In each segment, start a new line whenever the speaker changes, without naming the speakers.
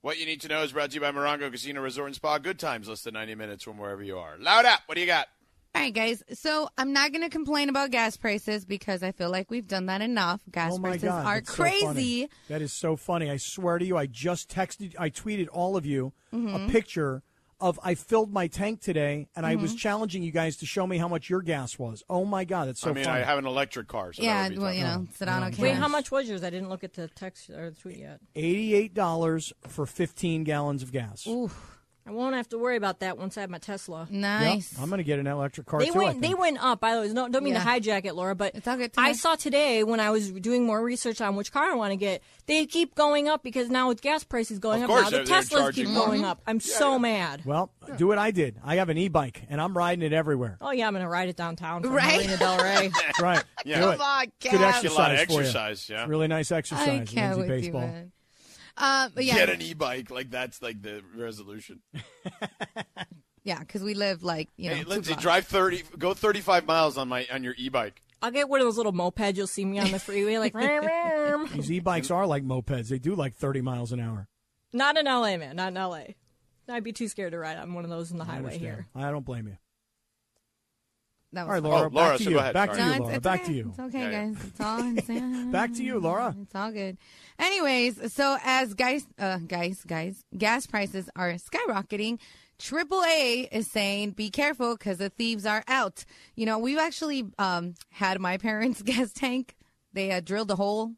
What you need to know is brought to you by Morongo Casino Resort and Spa. Good times, less than 90 minutes from wherever you are. Loud up. What do you got?
All right, guys. So I'm not going to complain about gas prices because I feel like we've done that enough. Gas
oh my
prices
God,
are
that's so funny.
crazy.
that is so funny. I swear to you, I just texted, I tweeted all of you
Mm-hmm.
a picture of I filled my tank today, and I was
Mm-hmm.
challenging you guys to show me how much your gas was. Oh my God, that's so
I mean,
funny.
I have an electric car, so
yeah,
that would be
well,
tough.
you know, Sedano can.
Wait, how much was yours? I didn't look at the text or the tweet yet.
Eighty-eight dollars for fifteen gallons of gas.
I won't have to worry about that once I have my Tesla.
Mm.
Yep,
Nice.
I'm gonna get an electric car
They
too. I
went. They
think.
went up. I was, no, don't mean
Yeah.
to hijack it, Laura, but
It's all good to
I
know.
saw today when I was doing more research on which car I want to get. They keep going up because now with gas prices going
Of
up,
course,
now the
they're- they're
Teslas keep
charging more. Mm-hmm.
going up. I'm so mad.
Well, do what I did. I have an e-bike, and I'm riding it everywhere.
Oh yeah, I'm gonna ride it downtown. From
Right.
Marina Del Rey.
That's right.
Yeah.
Do
Come
it.
on,
Good
gas.
Get a lot of
exercise for you.
exercise, yeah.
Really nice
I
exercise.
can't
Lindsay
with
baseball.
you, man. Um, but yeah,
Get an e- e-bike. Like, that's like the resolution.
yeah, because we live like you know.
hey,
two
Lindsay,
blocks.
drive 30, go 35 miles on my on your e-bike.
I'll get one of those little mopeds you'll see me on the freeway, like "Ram, ram."
These e-bikes are like mopeds. They do like 30 miles an hour.
not in LA, man, not in LA. I'd be too scared to ride on one of those in the
I
highway
understand.
here.
I don't blame you.
That
All right,
was-
Laura,
Oh,
back
Laura,
to
so
you.
go ahead.
Back to
Sorry.
you,
No,
Laura.
it's, it's
Back
okay.
to you.
It's okay,
Yeah, yeah.
guys. It's all I'm saying.
Back to you, Laura.
It's all good. Anyways, so as guys, uh, guys, guys, gas prices are skyrocketing. AAA is saying be careful because the thieves are out. You know, we've actually um, had my parents' gas tank. They uh, drilled a hole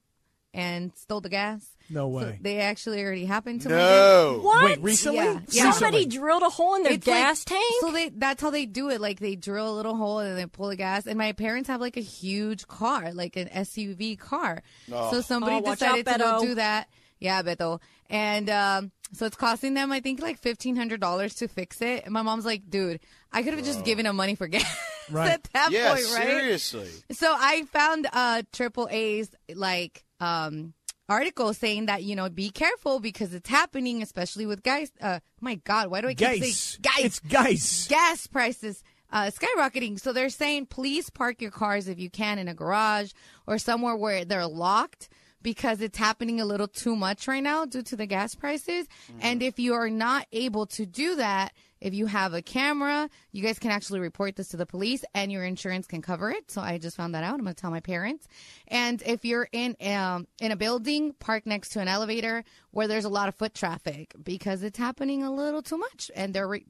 and stole the gas.
No
So
way.
they actually already happened to my dad.
No.
What?
Wait, recently?
Yeah. Yeah.
Somebody
Recently.
drilled a hole in their
It's like-
gas tank.
So they that's how they do it. Like they drill a little hole and then they pull the gas. And my parents have like a huge car, like an SUV car. So somebody
Oh, watch out,
decided to go
Beto.
do that. Yeah, Beto. And um, so it's costing them, I think, like fifteen hundred dollars to fix it. And my mom's like, dude, I could have just given him money for gas
Right.
at that
Yeah,
point, right?
seriously.
So I found uh triple A's like um article saying that you know be careful because it's happening, especially with guys. Uh, my God, why do I keep
Guys.
saying guys?
It's guys.
gas prices uh, skyrocketing. So they're saying, please park your cars if you can in a garage or somewhere where they're locked because it's happening a little too much right now due to the gas prices. And if you are not able to do that, if you have a camera, you guys can actually report this to the police and your insurance can cover it. So I just found that out. I'm going to tell my parents. And if you're in um, in a building, park next to an elevator where there's a lot of foot traffic because it's happening a little too much and they're re-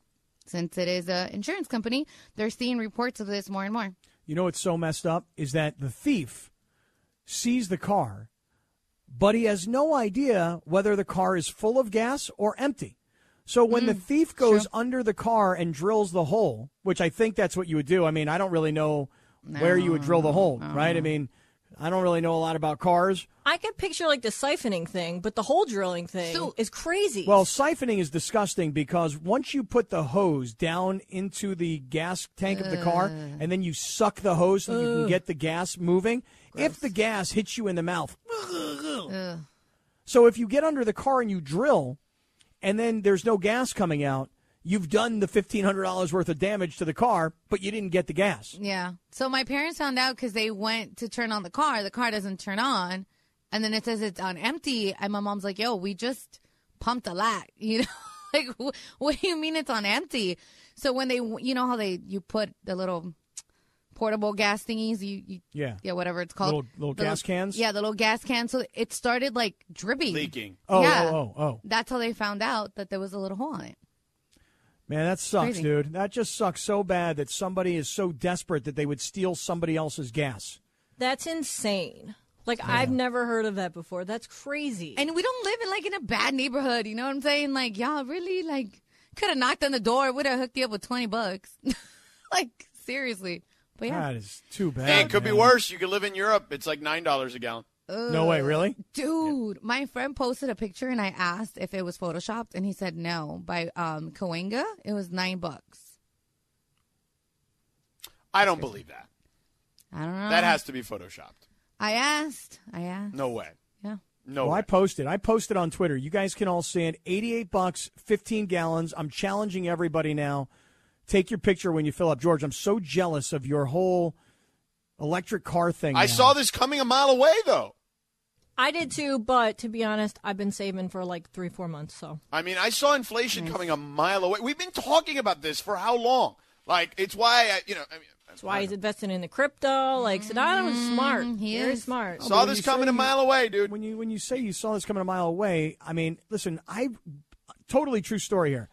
since it is an insurance company, they're seeing reports of this more and more.
You know what's so messed up is that the thief sees the car, but he has no idea whether the car is full of gas or empty. So when
Mm,
the thief goes under the car and drills the hole, which I think that's what you would do. I mean, I don't really know where you would drill the hole, right? I mean, I don't really know a lot about cars.
I could picture like the siphoning thing, but the hole drilling thing
So-
is crazy.
Well, siphoning is disgusting because once you put the hose down into the gas tank of the car and then you suck the hose so that you can get the gas moving, if the gas hits you in the mouth. So if you get under the car and you drill and then there's no gas coming out, you've done the $1,500 worth of damage to the car, but you didn't get the gas.
Yeah. So my parents found out because they went to turn on the car. The car doesn't turn on. And then it says it's on empty. And my mom's like, yo, we just pumped a lot. You know, like, wh- what do you mean it's on empty? So when they, you know how they, you put the little portable gas thingies, you, you
Yeah.
yeah, whatever it's called.
Little- little
The
gas cans?
Yeah, the little gas cans. So it started like dripping.
Leaking.
Oh,
Yeah.
oh, oh, oh.
That's how they found out that there was a little hole on it.
Man, that sucks,
Crazy.
dude. That just sucks so bad that somebody is so desperate that they would steal somebody else's gas.
That's insane. Like I've never heard of that before. That's crazy.
And we don't live in like in a bad neighborhood, you know what I'm saying? Like y'all really like could have knocked on the door, would have hooked you up with twenty bucks. like seriously. But yeah.
That is too bad.
Hey, it could be
man.
worse. You could live in Europe. It's like $9 a gallon.
No way, really?
Dude, my friend posted a picture and I asked if it was photoshopped and he said no. By um Coenga, it was nine bucks.
I don't believe that.
I don't know.
That has to be photoshopped.
I asked. I asked.
No way.
Yeah.
No
Well,
way.
I posted. I posted on Twitter. You guys can all see it. 88 bucks, 15 gallons. I'm challenging everybody now. Take your picture when you fill up. George, I'm so jealous of your whole electric car thing.
I
now.
saw this coming a mile away, though.
I did too, but to be honest, I've been saving for like three, four months. So
I mean, I saw inflation coming a mile away. We've been talking about this for how long? Like, it's why I, you know, I mean,
that's why he's investing in the crypto. Like Sedano was smart.
he
Very
is.
smart.
saw this coming a mile away, dude.
When you when you say you saw this coming a mile away, I mean, listen, I totally true story here.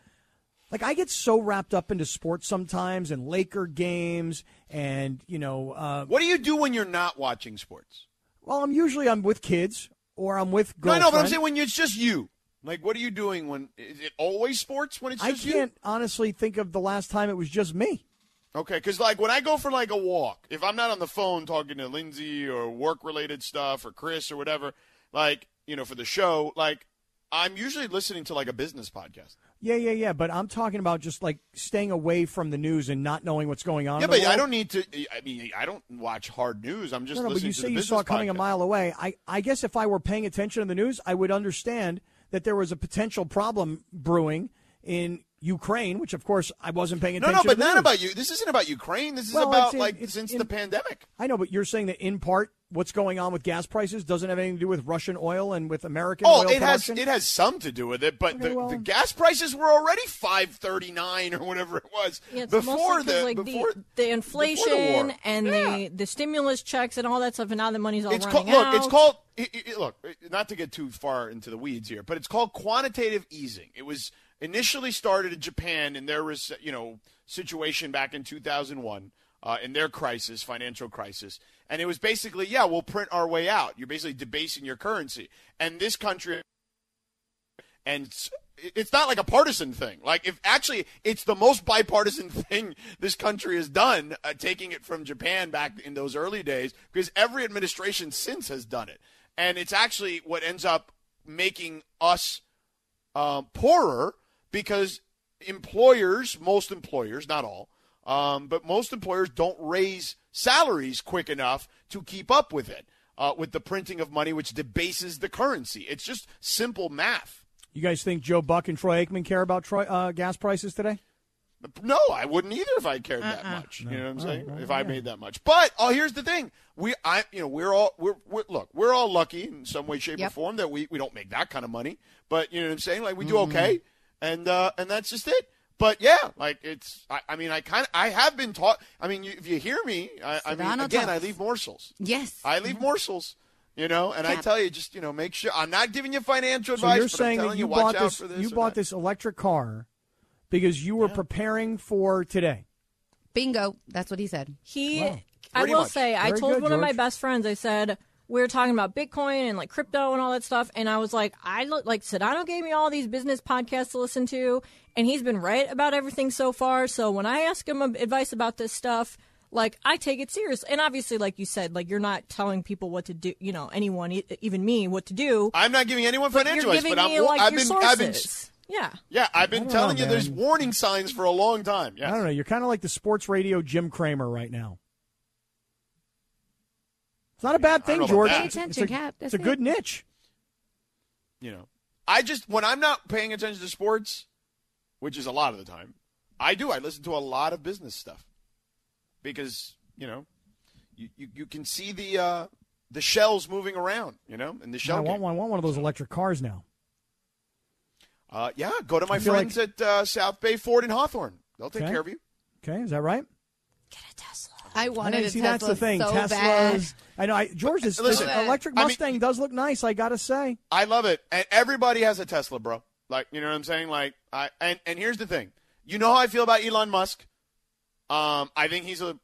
Like I get so wrapped up into sports sometimes and Laker games and you know uh,
What do you do when you're not watching sports?
well I'm usually I'm with kids or I'm with
No,
girlfriend.
no, but I'm saying when it's just you. Like, what are you doing when? Is it always sports when it's
I
just you?
can't honestly think of the last time it was just me.
Okay, because like when I go for like a walk, if I'm not on the phone talking to Lindsay or work related stuff or Chris or whatever, like you know for the show, like I'm usually listening to like a business podcast.
Yeah, yeah, yeah. But I'm talking about just like staying away from the news and not knowing what's going on.
yeah,
in the
but I
world.
don't need to. I mean, I don't watch hard news. I'm just
No, no, but
listening
you
to
say
the
you
business
saw it coming a
podcast.
mile away. I, I guess if I were paying attention to the news, I would understand that there was a potential problem brewing in Ukraine, which of course I wasn't paying
No,
attention.
no, but
to the
not
news.
about you. This isn't about Ukraine. This is
Well,
about
it's in-
like
it's
since
in-
the pandemic.
I know, but you're saying that in part, what's going on with gas prices doesn't have anything to do with Russian oil and with American
Oh,
oil
it has
production?
it has some to do with it, but
Okay,
the,
well-
the gas prices were already five thirty nine or whatever it was
Yeah, it's
before
mostly 'cause,
the
like
before
the, the inflation
war.
and
Yeah.
the, the stimulus checks and all that stuff, and now the money's all
it's
running
called look.
out.
It's called i- i- i- look. Not to get too far into the weeds here, but it's called quantitative easing. It was initially started in Japan in their rec- you know situation back in 2001 uh, in their crisis, financial crisis, and it was basically yeah, we'll print our way out. You're basically debasing your currency, and this country and it's, it's not like a partisan thing. Like if actually it's the most bipartisan thing this country has done, uh, taking it from Japan back in those early days, because every administration since has done it, and it's actually what ends up making us um, poorer because employers, most employers, not all, um, but most employers don't raise salaries quick enough to keep up with it, uh, with the printing of money, which debases the currency. It's just simple math.
you guys think Joe Buck and Troy Aikman care about Troy, uh, gas prices today?
No, I wouldn't either if I cared that
Uh-uh.
much. You know what I'm saying? if I made that much. But oh, here's the thing: we, I, you know, we're all we're, we're look, we're all lucky in some way, shape, or
Yep.
form that we we don't make that kind of money. But you know what I'm saying? Like we do
Mm-hmm.
okay, and uh and that's just it. But yeah, like it's. I, I mean, I kind of I have been taught. I mean, you, if you hear me, I, I mean,
Sedano
again, I
talks.
leave morsels.
Yes.
I leave morsels. You know, and I
Cap.
tell you, just you know, make sure I'm not giving you financial
So
advice.
you're
but I'm
saying
telling
that
you,
you
watch
bought
out
this,
for
you
or that.
bought this electric car because you were preparing for today.
Bingo. That's what he said.
He,
Wow.
I
Pretty
will
much.
say, I
Very
told
good,
one of my
George.
best friends, I said, we were talking about Bitcoin and like crypto and all that stuff. And I was like, I look like Sedano gave me all these business podcasts to listen to, and he's been right about everything so far. So when I ask him advice about this stuff, like I take it serious. And obviously, like you said, like you're not telling people what to do, you know, anyone, e- even me, what to do.
I'm not giving anyone financial
you're
advice,
giving
but I'm,
me like
I've
your
been,
sources.
I've been,
yeah.
yeah, I've
I
been
don't
telling
know,
you there's
man.
warning signs for a long time.
I don't
Yeah,
know. You're kind of like the sports radio Jim Kramer right now. It's not a bad
I don't know
thing,
about
George.
that. Pay
It's a- it's
attention,
a,
Cap.
It's
That's it.
a good niche.
you know, I just when I'm not paying attention to sports, which is a lot of the time, I do. I listen to a lot of business stuff because you know, you you, you can see the uh, the shells moving around, you know, and the shell.
I want
game.
one. I want one of those electric cars now.
Uh, yeah, go to my
I feel
friends at uh, South Bay Ford in Hawthorne. They'll take
Okay.
care of you.
Okay, is that right?
I wanted
Hey,
a
see,
Tesla
that's the thing.
so
Teslas.
bad.
I know. I, George, this, this
Listen,
electric
I mean-
Mustang does look nice. I gotta say.
I love it. And everybody has a Tesla, bro. Like, you know what I'm saying? Like, I and and here's the thing. You know how I feel about Elon Musk. Um, I think he's a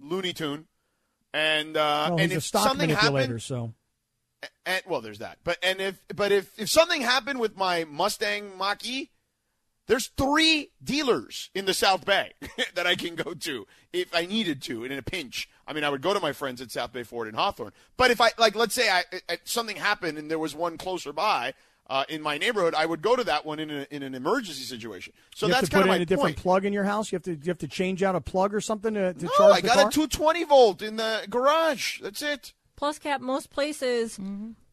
looney tune, and uh,
Well,
and
he's a
if
stock
something
manipulator,
happened,
so
and well, there's that. But and if but if if something happened with my Mustang Mach-E, There's three dealers in the South Bay that I can go to if I needed to, and in a pinch. I mean, I would go to my friends at South Bay Ford in Hawthorne. But if I like, let's say I, I something happened and there was one closer by uh, in my neighborhood, I would go to that one in, a, in an emergency situation. So
you have
that's
to put
kind
in
of my
a different
point.
plug in your house. You have to you have to change out a plug or something to, to
no,
charge
I
the
got
car.
a 220 volt in the garage. That's it.
Plus, cap most places.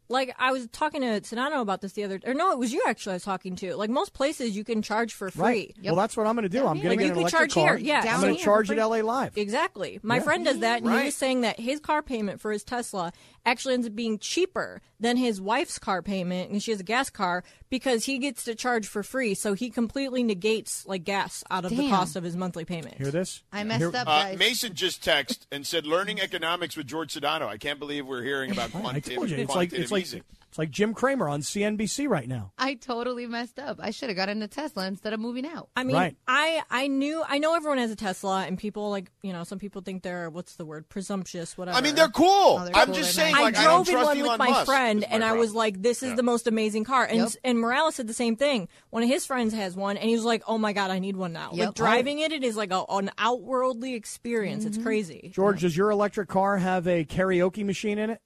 Like I was talking to Sedano about this the other, or no, it was you actually. I was talking to. Like most places, you can charge for free.
Right. Well, that's what I'm going to do. I'm
Like,
going to
you
get an
could
electric
charge
car.
here, yeah.
I'm
Down
going
here
to
for
charge at
free.
LA Live.
Exactly. My friend does that, and he
Right.
was saying that his car payment for his Tesla actually ends up being cheaper than his wife's car payment, and she has a gas car because he gets to charge for free, so he completely negates like gas out of the
Damn.
cost of his monthly payment.
Hear this?
I messed
Here-
up,
Uh,
guys.
Mason just texted and said, "Learning economics with George Sedano." I can't believe we're hearing about
I
quantitative,
told you. It's like
quantitative
it's like
easing.
it's like Jim Cramer on CNBC right now.
I totally messed up. I should have gotten a Tesla instead of moving out.
I mean,
Right.
I I knew I know everyone has a Tesla, and people like you know some people think they're what's the word presumptuous, whatever.
I mean, they're cool.
No, Oh, they're
I'm
cool,
just
they're
saying,
nice.
like,
I
I don't
drove in
trust
one
Elon
with my
Musk,
friend,
is my
and I was
problem.
like, "This is the most amazing car." And
Yep.
and Morales said the same thing. One of his friends has one, and he was like, "Oh my god, I need one now!"
Yep.
Like driving it, it is like a, an outworldly experience.
Mm-hmm.
It's crazy.
George, does your electric car have a karaoke machine in it?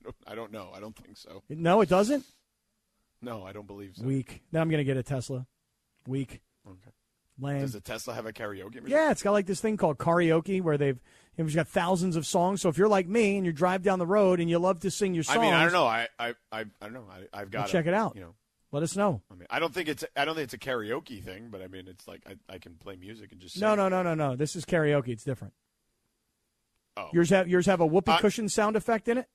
I don't, I don't know. I don't think so.
No, it doesn't.
No, I don't believe so.
Weak. Now I'm going to get a Tesla. Weak.
Okay.
Lame.
Does the Tesla have a karaoke? machine?
Yeah, it's got like this thing called karaoke where they've it's got thousands of songs. So if you're like me and you drive down the road and you love to sing your songs,
I mean, I don't know. I, I, I, I don't know. I, I've got
Well, check
a-
it out.
You know,
Let us know.
I mean, I don't think it's, I don't think it's a karaoke thing, but I mean, it's like I, I can play music and just.
No,
sing.
no, no, no, no. This is karaoke. It's different.
Oh.
Yours have yours have a whoopee
I-
cushion sound effect in it.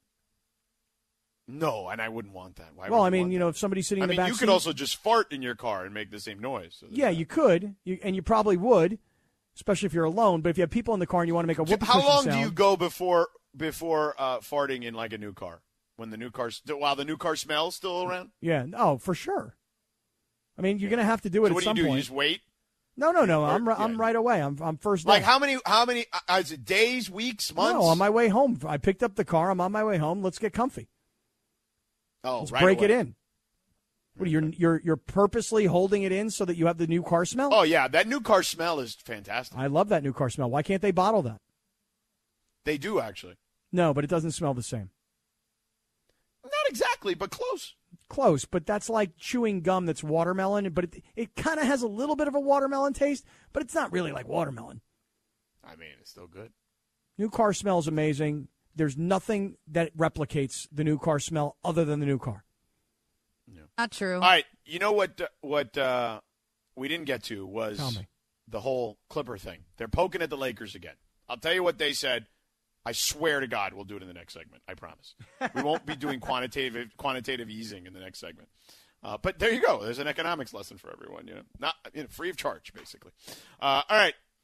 No, and I wouldn't want that. Why
well,
would
I mean,
want
you know,
that?
if somebody's sitting
I
in the
mean,
back
you could
seat-
also just fart in your car and make the same noise. So there's
yeah,
that.
you could, you, and you probably would, especially if you're alone. But if you have people in the car and you want to make a
So
whoopee
How
cushion
long
sound,
do you go before before uh, farting in like a new car? When the new car, st- while the new car smells still around.
yeah, oh, for sure. I mean, you're going to have to do it
So
at
what do
some
you do?
point.
You just wait.
no, no, no.
or-
I'm ri-
yeah.
I'm right away. I'm I'm first.
Like
day.
how many? How many? Uh, is it days, weeks, months?
No, on my way home, I picked up the car. I'm on my way home. Let's get comfy.
oh,
Let's
right
break it
away.
in. What, you're you're you're purposely holding it in so that you have the new car smell.
Oh yeah, that new car smell is fantastic.
I love that new car smell. Why can't they bottle that?
They do actually.
No, but it doesn't smell the same.
Not exactly, but close.
Close, but that's like chewing gum that's watermelon, but it, it kind of has a little bit of a watermelon taste, but it's not really like watermelon.
I mean, it's still good.
New car smells amazing. There's nothing that replicates the new car smell other than the new car.
Not true.
All right, you know what? uh, What uh, we didn't get to was
Tell me.
the whole Clipper thing. They're poking at the Lakers again. I'll tell you what they said. I swear to God, we'll do it in the next segment. I promise. We won't be doing quantitative quantitative easing in the next segment. Uh, but there you go. There's an economics lesson for everyone. You know, not you know, free of charge, basically. Uh, all right,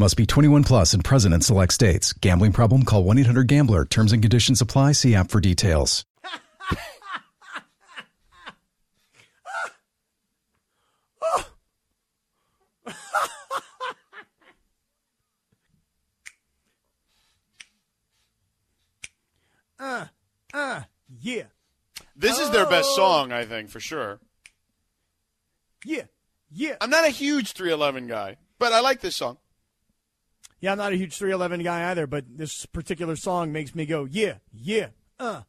Must be 21 plus and present in select states. Gambling problem? Call 1 800 Gambler. Terms and conditions apply. See app for details.
Ah,
Yeah,
This is their best song, I think, for sure.
yeah, yeah.
I'm not a huge 311 guy, but I like this song.
Yeah, I'm not a huge 311 guy either, but this particular song makes me go, yeah, yeah, uh,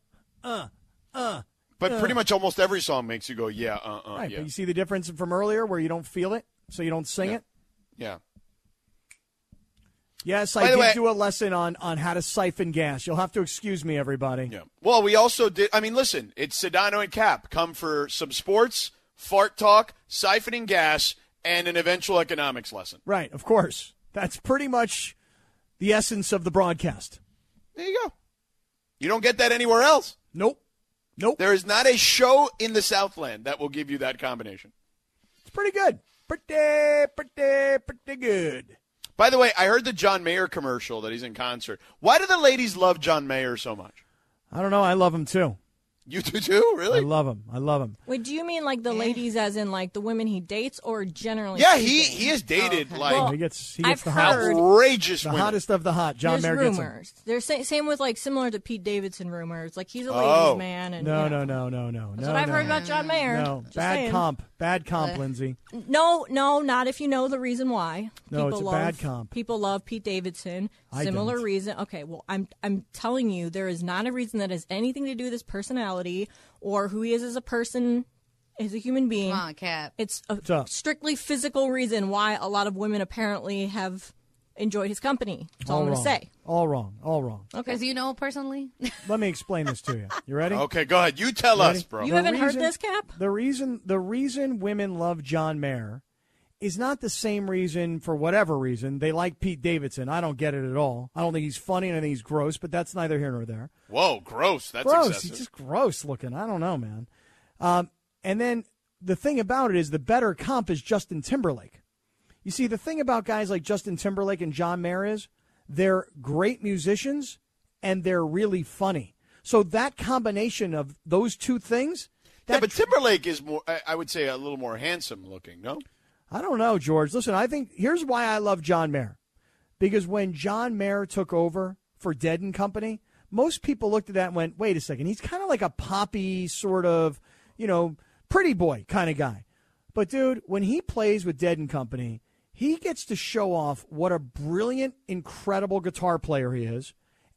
uh, uh.
But pretty much almost every song makes you go, yeah, uh, uh,
right,
yeah,
but you see the difference from earlier where you don't feel it, so you don't sing
Yeah.
it.
yeah.
Yes,
By the
I did
way-
do a lesson on on how to siphon gas. You'll have to excuse me, everybody.
Yeah. Well, we also did. I mean, listen, it's Sedano and Cap. Come for some sports, fart talk, siphoning gas, and an eventual economics lesson.
Right, of course. That's pretty much the essence of the broadcast.
There you go. You don't get that anywhere else.
Nope. Nope.
There is not a show in the Southland that will give you that combination.
It's pretty good. Pretty, pretty, pretty good.
By the way, I heard the John Mayer commercial that he's in concert. Why do the ladies love John Mayer so much?
I don't know. I love him too.
You do too,
I
really?
love him. I love him.
Wait, do you mean like the ladies, as in like the women he dates, or generally?
yeah, he
speaking?
he has dated like
Well,
he gets he gets
I've
the
heard-
hottest,
outrageous
the
women.
hottest of the hot. John
There's
Mayer gets him.
rumors. They're sa- same with like similar to Pete Davidson rumors. Like he's a ladies
Oh.
man. And
No,
you know.
no, no, no, no.
That's
no,
what I've
no.
heard about John Mayer.
No,
Just
bad
saying.
comp, bad comp, Lindsay.
No, no, not if you know the reason why.
No,
people
it's a
love,
bad comp.
People love Pete Davidson.
I
Similar
don't.
reason. Okay, well, I'm I'm telling you, there is not a reason that has anything to do with his personality or who he is as a person, as a human being.
Come on, Cap.
It's a
up?
strictly physical reason why a lot of women apparently have enjoyed his company. That's all, I'm
wrong.
going to say.
All wrong. All wrong.
Because you know personally.
Let me explain this to you. You ready?
Okay, go ahead. You tell us, bro.
You
The
haven't heard
reason-
this, Cap?
The reason the reason women love John Mayer is not the same reason for whatever reason they like Pete Davidson. I don't get it at all. I don't think he's funny and I think he's gross, but that's neither here nor there.
Whoa, gross. That's
gross.
excessive.
He's just gross looking. I don't know, man. Um, and then the thing about it is the better comp is Justin Timberlake. You see, the thing about guys like Justin Timberlake and John Mayer is they're great musicians and they're really funny. So that combination of those two things, that
yeah, but Timberlake is more. I, I would say a little more handsome looking. No,
I don't know, George. Listen, I think here's why I love John Mayer. Because when John Mayer took over for Dead and Company, most people looked at that and went, wait a second, he's kind of like a poppy sort of, you know, pretty boy kind of guy. But dude, when he plays with Dead and Company, he gets to show off what a brilliant, incredible guitar player he is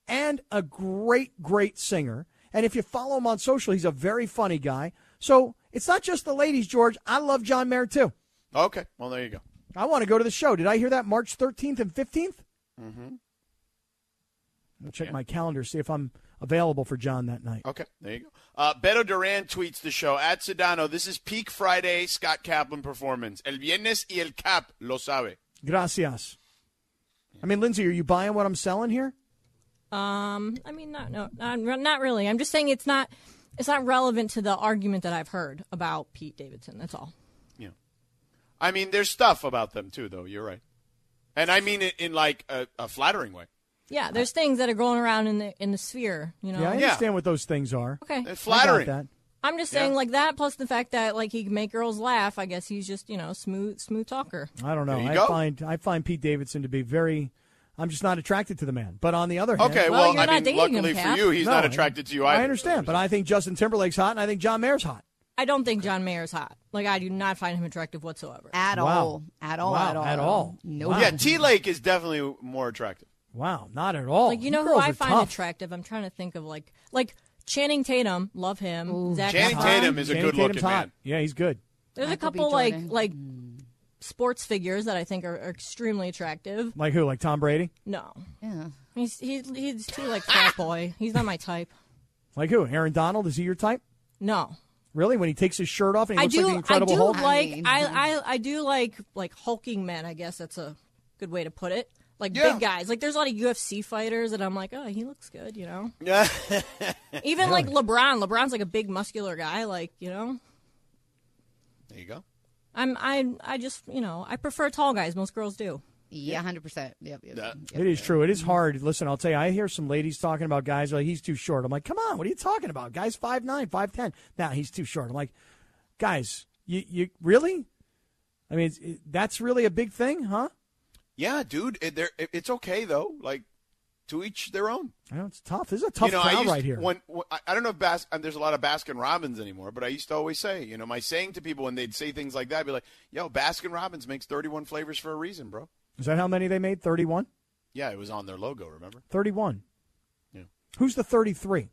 and a great, great singer. And if you follow him on social, he's a very funny guy. So it's not just the ladies, George. I love John Mayer too.
okay. Well, there you go.
I want to go to the show. Did I hear that March 13th and 15th? Mm-hmm. I'll check my calendar, see if I'm available for John that night.
Okay, there you go. Uh, Beto Duran tweets the show at Sedano. This is peak Friday Scott Kaplan performance. El viernes y el cap lo sabe.
Gracias. I mean, Lindsay, are you buying what I'm selling here?
Um, I mean, not no, not, not really. I'm just saying it's not it's not relevant to the argument that I've heard about Pete Davidson. That's all.
I mean, there's stuff about them too, though. You're right, and I mean it in like a, a flattering way.
Yeah, there's things that are going around in the in the sphere. You know.
Yeah, I understand what those things are.
Okay.
It's
I got
flattering.
that.
I'm just saying like that, plus the fact that like he can make girls laugh. I guess he's just you know smooth smooth talker.
I don't know.
There you
I
go.
find I find Pete Davidson to be very. I'm just not attracted to the man. But on the other hand,
Okay,
Well,
well,
you're
I
not
mean,
dating
luckily
him,
for
Cap.
you, he's
No,
not
I-
attracted to you either.
I understand. But I think Justin Timberlake's hot, and I think John Mayer's hot.
I don't think John Mayer's hot. Like I do not find him attractive whatsoever.
At
Wow.
all. At
Oh,
all.
Wow,
At all.
at all.
No.
Wow.
Yeah, T Lake is definitely more attractive.
Wow, not at all.
Like you know who
girls
I
are
find
tough.
attractive. I'm trying to think of like like Channing Tatum. Love him. Zach
Channing
Efron.
Tatum is a
Channing
good-looking
Tatum's hot.
man.
Yeah, he's good.
There's a
Michael B.
couple like
Jordan.
like sports figures that I think are, are extremely attractive.
Like who? Like Tom Brady?
No,
Yeah.
he's he's, he's too like fat boy. He's not my type.
Like who? Aaron Donald? Is he your type?
No,
Really? When he takes his shirt off and he
I
looks
do
like the
I
Incredible
do
Hulk?
like
I mean,
I, I I do like like hulking men. I guess that's a good way to put it. Like
Yeah.
big guys. Like there's a lot of UFC fighters that I'm like, oh, he looks good. You know. Even like LeBron. LeBron's like a big muscular guy. Like you know.
There you go.
I'm I I just you know I prefer tall guys. Most girls do.
Yeah, 100%. Yep. yep,
Yeah.
yep.
It is true. It is hard. Listen, I'll tell you, I hear some ladies talking about guys like he's too short. I'm like, come on, what are you talking about? Guys, five nine, five ten. Now nah, he's too short. I'm like, guys, you you really? I mean, it's, it, that's really a big thing, huh?
Yeah, dude, it, there- it- it's okay though. Like, to each their own.
I know it's tough. This is a tough
you know, I
crowd
used,
right here.
When, when- I- I don't know if Bas- and there's a lot of Baskin Robbins anymore, but I used to always say, you know, my saying to people when they'd say things like that, I'd be like, yo, Baskin Robbins makes 31 flavors for a reason, bro.
is that how many they made? 31?
Yeah, it was on their logo, remember?
31.
Yeah.
Who's the 33?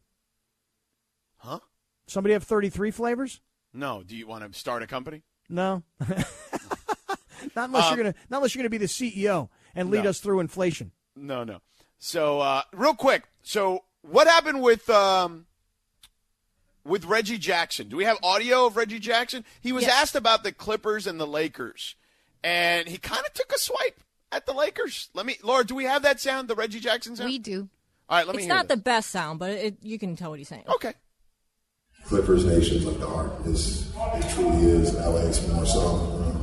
Huh?
Somebody have 33 flavors?
No. Do you want to start a company?
No. Uh, not unless you're gonna not unless you're gonna be the CEO and lead
No.
us through inflation.
No, no. So, uh, real quick. So, what happened with um, with Reggie Jackson? Do we have audio of Reggie Jackson? He was asked about the Clippers and the Lakers, and he kind of took a swipe at the Lakers. Let me, Laura. Do we have that sound? The Reggie Jackson sound?
We do.
All right. Let me
it's
hear
not
this.
the best sound, but it, you can tell what he's saying.
Okay.
Clippers Nation's like the heart. It's, it truly is LA's more so. um,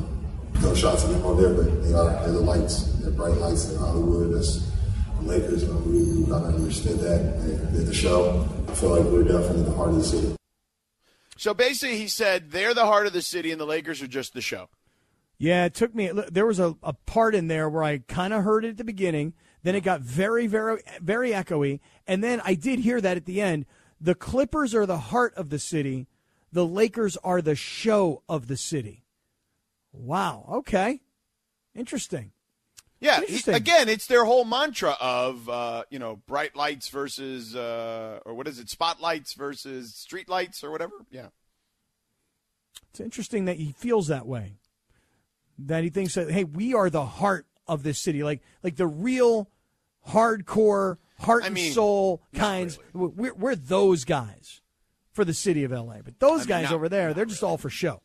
no shots at them on there, but they are they're the lights, they're bright lights in Hollywood. That's the Lakers. I really, I don't understand that. They- They're the show. I feel like we're definitely the heart of the city.
So basically, he said they're the heart of the city, and the Lakers are just the show.
Yeah, it took me. look, There was a, a part in there where I kind of heard it at the beginning. Then it got very, very, very echoey. And then I did hear that at the end. The Clippers are the heart of the city. The Lakers are the show of the city. Wow. Okay. Interesting.
Yeah, he-
Interesting.
again, it's their whole mantra of uh, you know bright lights versus uh, or what is it, spotlights versus street lights or whatever. Yeah,
It's interesting that he feels that way. That he thinks that hey, we are the heart of this city, like like the real hardcore heart
I mean,
and soul kinds. We're, we're those guys for the city of L.A. But those guys
not-
over there, they're just all for show.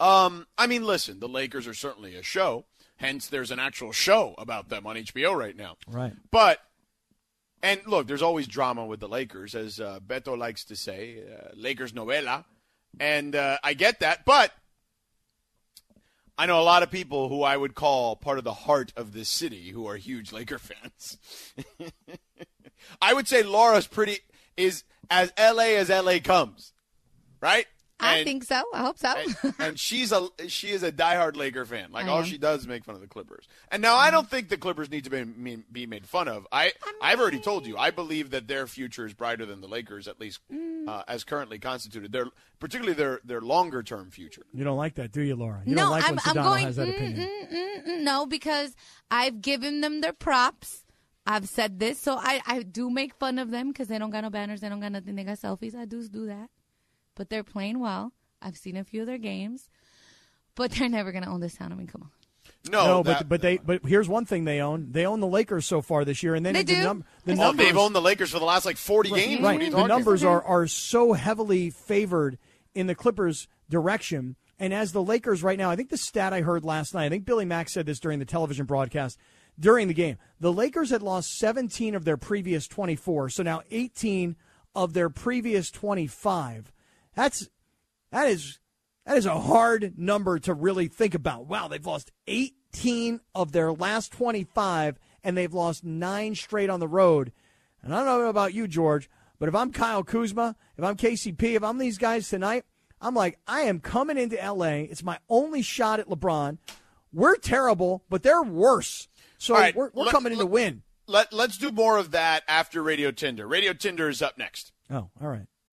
Um, I mean, listen, the Lakers are certainly a show. Hence, there's an actual show about them on HBO right now.
Right.
But and look, there's always drama with the Lakers, as uh, Beto likes to say, uh, Lakers novela, and uh, I get that. But I know a lot of people who I would call part of the heart of this city who are huge Laker fans. I would say Laura's pretty is as LA as LA comes, right?
I
And-
think so. I hope so.
and, and she's a she is a diehard Laker fan. Like
I
all
am.
she does is make fun of the Clippers. And now I don't think the Clippers need to be me- be made fun of. I I've already told you I believe that their future is brighter than the Lakers, at least uh, as currently constituted. Their particularly their their longer term future.
You don't like that, do you, Laura? You
no,
don't like
I'm,
when
I'm
Sedano
going.
has that
mm,
opinion.
mm, mm, mm, no, because I've given them their props. I've said this, so I, I do make fun of them because they don't got no banners, they don't got nothing, they got selfies. I do do that, but they're playing well. I've seen a few of their games, but they're never gonna own this town. I mean, come on.
No,
no,
that-
but but they but here's one thing they own. They own the Lakers so far this year, and then
They
the,
do.
num- the
Well,
numbers
they've owned the Lakers for the last like 40 games. What
Right.
are you
The
talking
numbers
about?
are, are so heavily favored in the Clippers' direction. And as the Lakers right now, I think the stat I heard last night, I think Billy Mack said this during the television broadcast during the game. The Lakers had lost 17 of their previous 24, so now 18 of their previous 25. That's that is that is a hard number to really think about. Wow, they've lost 18 of their last 25 and they've lost 9 straight on the road. And I don't know about you, George, but if I'm Kyle Kuzma, if I'm KCP, if I'm these guys tonight, I'm like, I am coming into LA. It's my only shot at LeBron. We're terrible, but they're worse. So
All right,
we're, we're
let-
coming in to
let-
win.
Let let's do more of that after Radio Tinder. Radio Tinder is up next.
Oh, all right.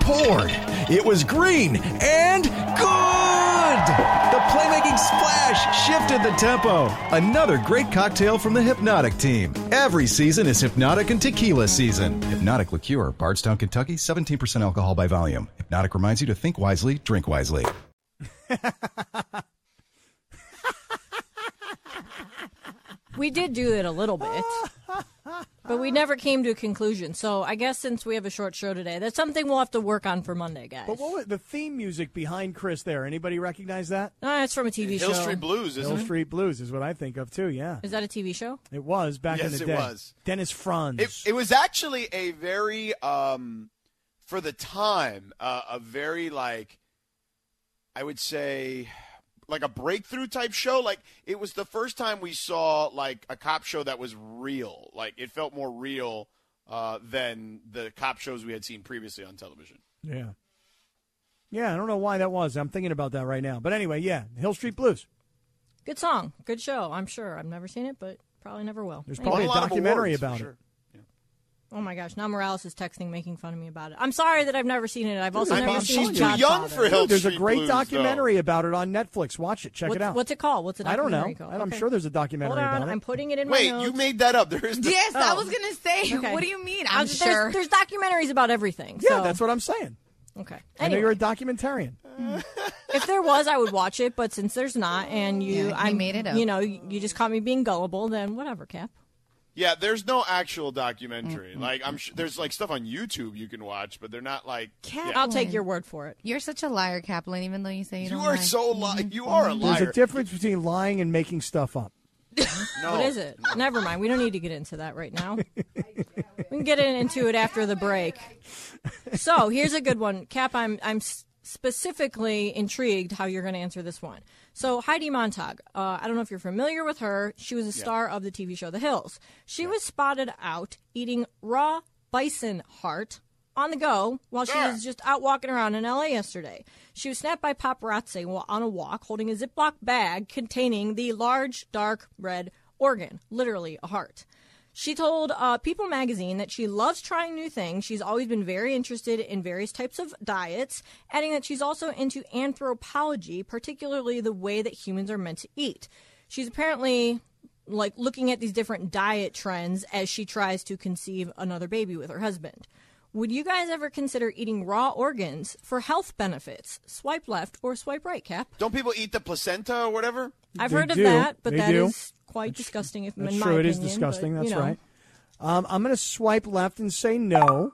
poured. It was green and good! The playmaking splash shifted the tempo. Another great cocktail from the Hypnotic team. Every season is Hypnotic and Tequila season. Hypnotic Liqueur, Bardstown, Kentucky, 17% alcohol by volume. Hypnotic reminds you to think wisely, drink wisely.
We did do it a little bit, but we never came to a conclusion. So I guess since we have a short show today, that's something we'll have to work on for Monday, guys.
But what was the theme music behind Chris there? Anybody recognize that?
Ah, it's from a TV
Hill
show.
Street Blues, isn't
Hill
it?
Street Blues is what I think of too, yeah.
Is that a TV show?
It was back in
Yes,
the
it
day.
was.
Dennis Franz.
It, it was actually a very, um, for the time, uh, a very like, I would say, like a breakthrough type show. Like it was the first time we saw like a cop show that was real. Like it felt more real uh, than the cop shows we had seen previously on television.
yeah. Yeah, I don't know why that was. I'm thinking about that right now. But anyway, yeah, Hill Street Blues.
Good song, good show. I'm sure. I've never seen it, but Probably never will.
There's
Anyway.
probably a
Won lot of
documentary
awards, for
about
sure.
it.
Oh my gosh, now Morales is texting, making fun of me about it. I'm sorry that I've never seen it. I've also
I'm
never
telling
seen
you.
She's too
Godfather.
young for Hill
There's a
Street
great
Blues, though.
documentary about it on Netflix. Watch it. Check
What's,
it out.
what's it called? What's it?
I don't know.
Called?
I'm
Okay.
sure there's a documentary
Hold on,
about it.
I'm putting it in
Wait,
my notes.
you made that up. There is no-
Yes, I
Oh.
was gonna say.
Okay.
What do you mean?
Uh,
I'm
there's,
sure.
there's documentaries about everything.
yeah,
so-
that's what I'm saying.
Okay.
I know
Anyway,
you're a documentarian.
if there was, I would watch it, but since there's not, and you,
Yeah, he
I
made it up.
You know, you you just caught me being gullible. Then whatever, Cap.
Yeah, there's no actual documentary. Like I'm sure there's like stuff on YouTube you can watch, but they're not like.
Cap-
Yeah.
I'll take
Fine.
your word for it.
You're such a liar, Kaplan. Even though you say you,
You
don't
are
lie.
so li- you are a liar.
There's a difference between lying and making stuff up.
no.
What is it? Never mind. We don't need to get into that right now. we can get in- into it after the break. So here's a good one, Cap. I'm I'm s- specifically intrigued how you're going to answer this one. So Heidi Montag. Uh, I don't know if you're familiar with her. She was a star of the TV show The Hills. She was spotted out eating raw bison heart on the go while she was just out walking around in LA yesterday. She was snapped by paparazzi while on a walk holding a Ziploc bag containing the large dark red organ, literally a heart. She told uh, People magazine that she loves trying new things. She's always been very interested in various types of diets, adding that she's also into anthropology, particularly the way that humans are meant to eat. She's apparently like looking at these different diet trends as she tries to conceive another baby with her husband. Would you guys ever consider eating raw organs for health benefits? Swipe left or swipe right, Cap.
Don't people eat the placenta or whatever?
I've
They
heard of
do.
that, but
They
that is
do.
quite disgusting. If
That's
in my
true. It is
opinion, but,
disgusting. That's
you know.
right. Um, I'm going to swipe left and say no.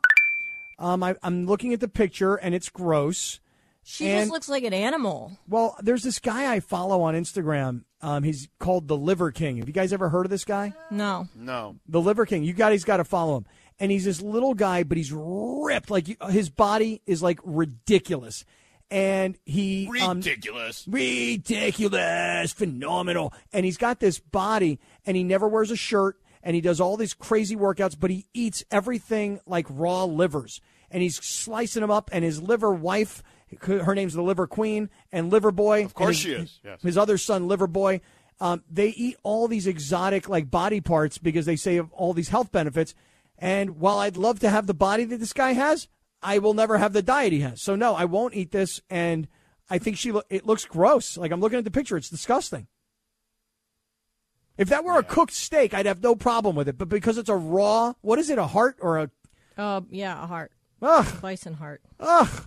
Um, I, I'm looking at the picture and it's gross.
She
And-
just looks like an animal.
Well, there's this guy I follow on Instagram. Um, he's called the Liver King. Have you guys ever heard of this guy?
No.
No.
The Liver King. You guys got to follow him. And he's this little guy, but he's ripped. Like you- his body is like ridiculous. And he um,
Ridiculous.
ridiculous, phenomenal. And he's got this body and he never wears a shirt and he does all these crazy workouts, but he eats everything like raw livers and he's slicing them up and his liver wife, her name's the liver queen and liver boy. Of
course she is, yes.
His other son, liver boy. Um, they eat all these exotic like body parts because they say of all these health benefits. And while I'd love to have the body that this guy has, I will never have the diet he has. So no, I won't eat this. And I think she lo- it looks gross. Like I'm looking at the picture, it's disgusting. If that were a cooked steak, I'd have no problem with it. But because it's a raw, what is it? A heart or a
Uh, yeah, a heart.
ugh
Bison heart.
ugh?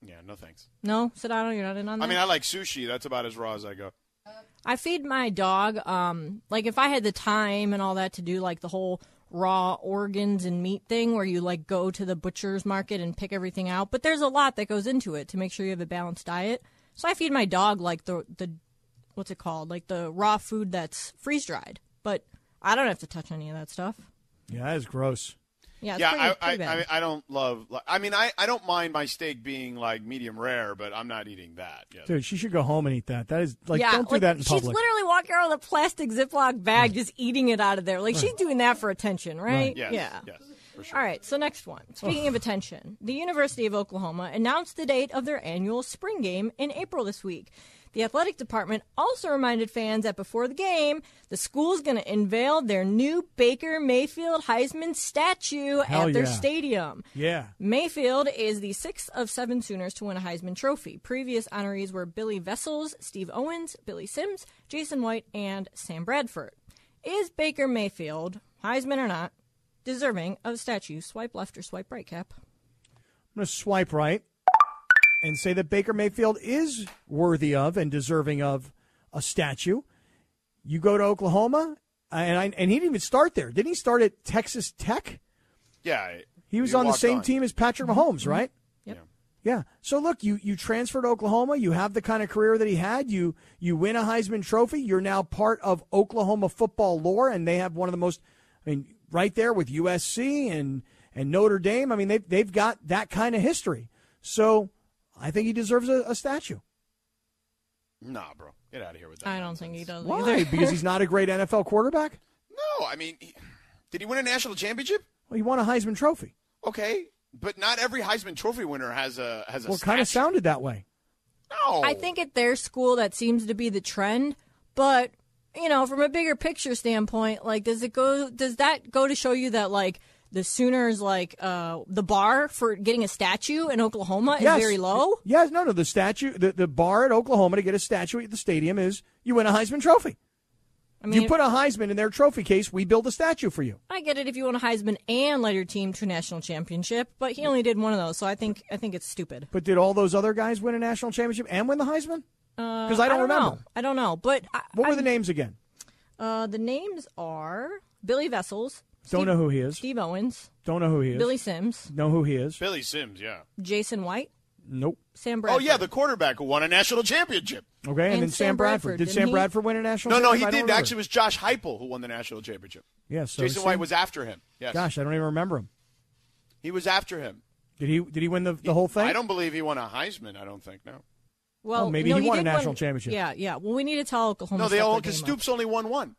Yeah, no thanks.
No, Sedano, you're not in on that.
I mean, I like sushi. That's about as raw as I go.
I feed my dog. Um, like if I had the time and all that to do, like the whole raw organs and meat thing, where you like go to the butcher's market and pick everything out. But there's a lot that goes into it to make sure you have a balanced diet. So I feed my dog like the the what's it called, like the raw food that's freeze dried. But I don't have to touch any of that stuff.
Yeah, that is gross.
Yeah, it's
yeah,
pretty,
I,
pretty
I, I,
bad.
mean, I don't love. Like, I mean, I, I don't mind my steak being like medium rare, but I'm not eating that. Yeah.
Dude, she should go home and eat that. That is like
yeah,
don't do
like,
that in
she's
public.
literally walking around with a plastic Ziploc bag, just eating it out of there. Like she's doing that for attention, right?
Yes,
Yeah.
Yes. For sure.
All right, so next one. Speaking of attention, the University of Oklahoma announced the date of their annual spring game in April this week. The athletic department also reminded fans that before the game, the school's going to unveil their new Baker Mayfield Heisman statue
Hell
at their
yeah.
stadium.
yeah.
Mayfield is the sixth of seven Sooners to win a Heisman Trophy. Previous honorees were Billy Vessels, Steve Owens, Billy Sims, Jason White, and Sam Bradford. Is Baker Mayfield, Heisman or not, deserving of statue? Swipe left or swipe right, Cap?
I'm going to swipe right and say that Baker Mayfield is worthy of and deserving of a statue. You go to Oklahoma, and I, and he didn't even start there. Didn't he start at Texas Tech?
Yeah. I-
He was on the
walked
same team as Patrick Mahomes, right?
Yep.
Yeah. So look, you you transfer to Oklahoma, you have the kind of career that he had, you you win a Heisman trophy, you're now part of Oklahoma football lore and they have one of the most I mean right there with USC and and Notre Dame, I mean they they've got that kind of history. So I think he deserves a, a statue.
Nah, bro, get out of here with that.
I don't think he does
Why?
either.
because he's not a great NFL quarterback?
No, I mean, he- did he win a national championship?
Well, he won a Heisman trophy.
Okay, but not every Heisman Trophy winner has a has a.
Well, it kind of
statue.
sounded that way.
No,
I think at their school that seems to be the trend, but you know, from a bigger picture standpoint, like does it go does that go to show you that like the Sooners like uh the bar for getting a statue in Oklahoma is
Yes.
very low?
Yes, no, no. The statue, the, the bar at Oklahoma to get a statue at the stadium is you win a Heisman Trophy.
I mean,
you put a Heisman in their trophy case, we build a statue for you.
I get it if you want a Heisman and led your team to a national championship, but he only did one of those, so I think I think it's stupid.
But did all those other guys win a national championship and win the Heisman? Because I don't remember.
know. Uh, I don't know, but I,
What were
I-
the names again?
Uh, the names are Billy Vessels.
Don't know who he is.
Steve Owens,
Don't know who he is.
Billy Sims,
Know who he is?
Billy Sims, yeah.
Jason White,
Nope.
Sam
Oh
Bradford.
yeah, the quarterback who won a national championship.
Okay, and,
And
then
Sam
Sam Bradford.
Bradford,
Did
didn't
Sam
he?
Bradford win a national
No, no, he
championship? I don't
didn't. Actually, it
remember.
was Josh Heupel who won the national championship.
Yeah, so
Jason
see?
White was after him. Yes,
Gosh, I don't even remember him.
he was after him.
Did he Did he win the, the whole thing?
I don't believe he won a Heisman. I don't think. No,
Well,
Oh, maybe
no,
he won a
did
national championship.
Yeah, yeah. Well, we need to tell Oklahoma.
no, they
to step
all
their
because
game up.
Stoops only won one.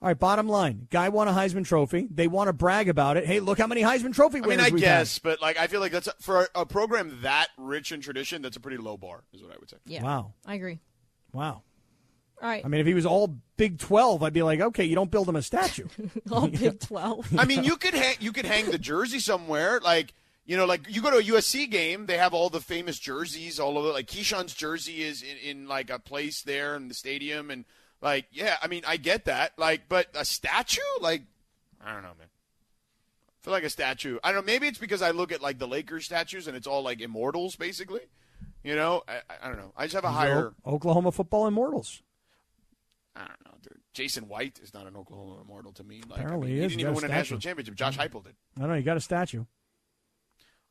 All right, bottom line. Guy won a Heisman Trophy. They want to brag about it. Hey, look how many Heisman Trophy
I
winners
mean, I
we've
guess, but like, I feel like that's a, for a, a program that rich in tradition. That's a pretty low bar, is what I would say.
Yeah.
Wow.
I agree.
had. Wow.
All right.
I mean, if he was all Big 12, I'd be like, okay, you don't build him a statue.
all Big Twelve.
I mean, you could hang, you could hang the jersey somewhere, like you know, like you go to a USC game, they have all the famous jerseys all over. Like Keyshawn's jersey is in, in like a place there in the stadium, and like yeah, I mean, I get that, like, but a statue, like, I don't know, man. I feel like a statue. I don't know. Maybe it's because I look at like the Lakers statues, and it's all like immortals, basically. You know, I, I- I don't know. I just have a higher.
O- Oklahoma football immortals.
I don't know, dude. Jason White is not an Oklahoma immortal to me. Like,
Apparently
I mean,
he
he
is.
didn't
He
even
got
win a
a statue. Mm-hmm.
national championship. Josh Heupel did.
I don't know. You got a statue.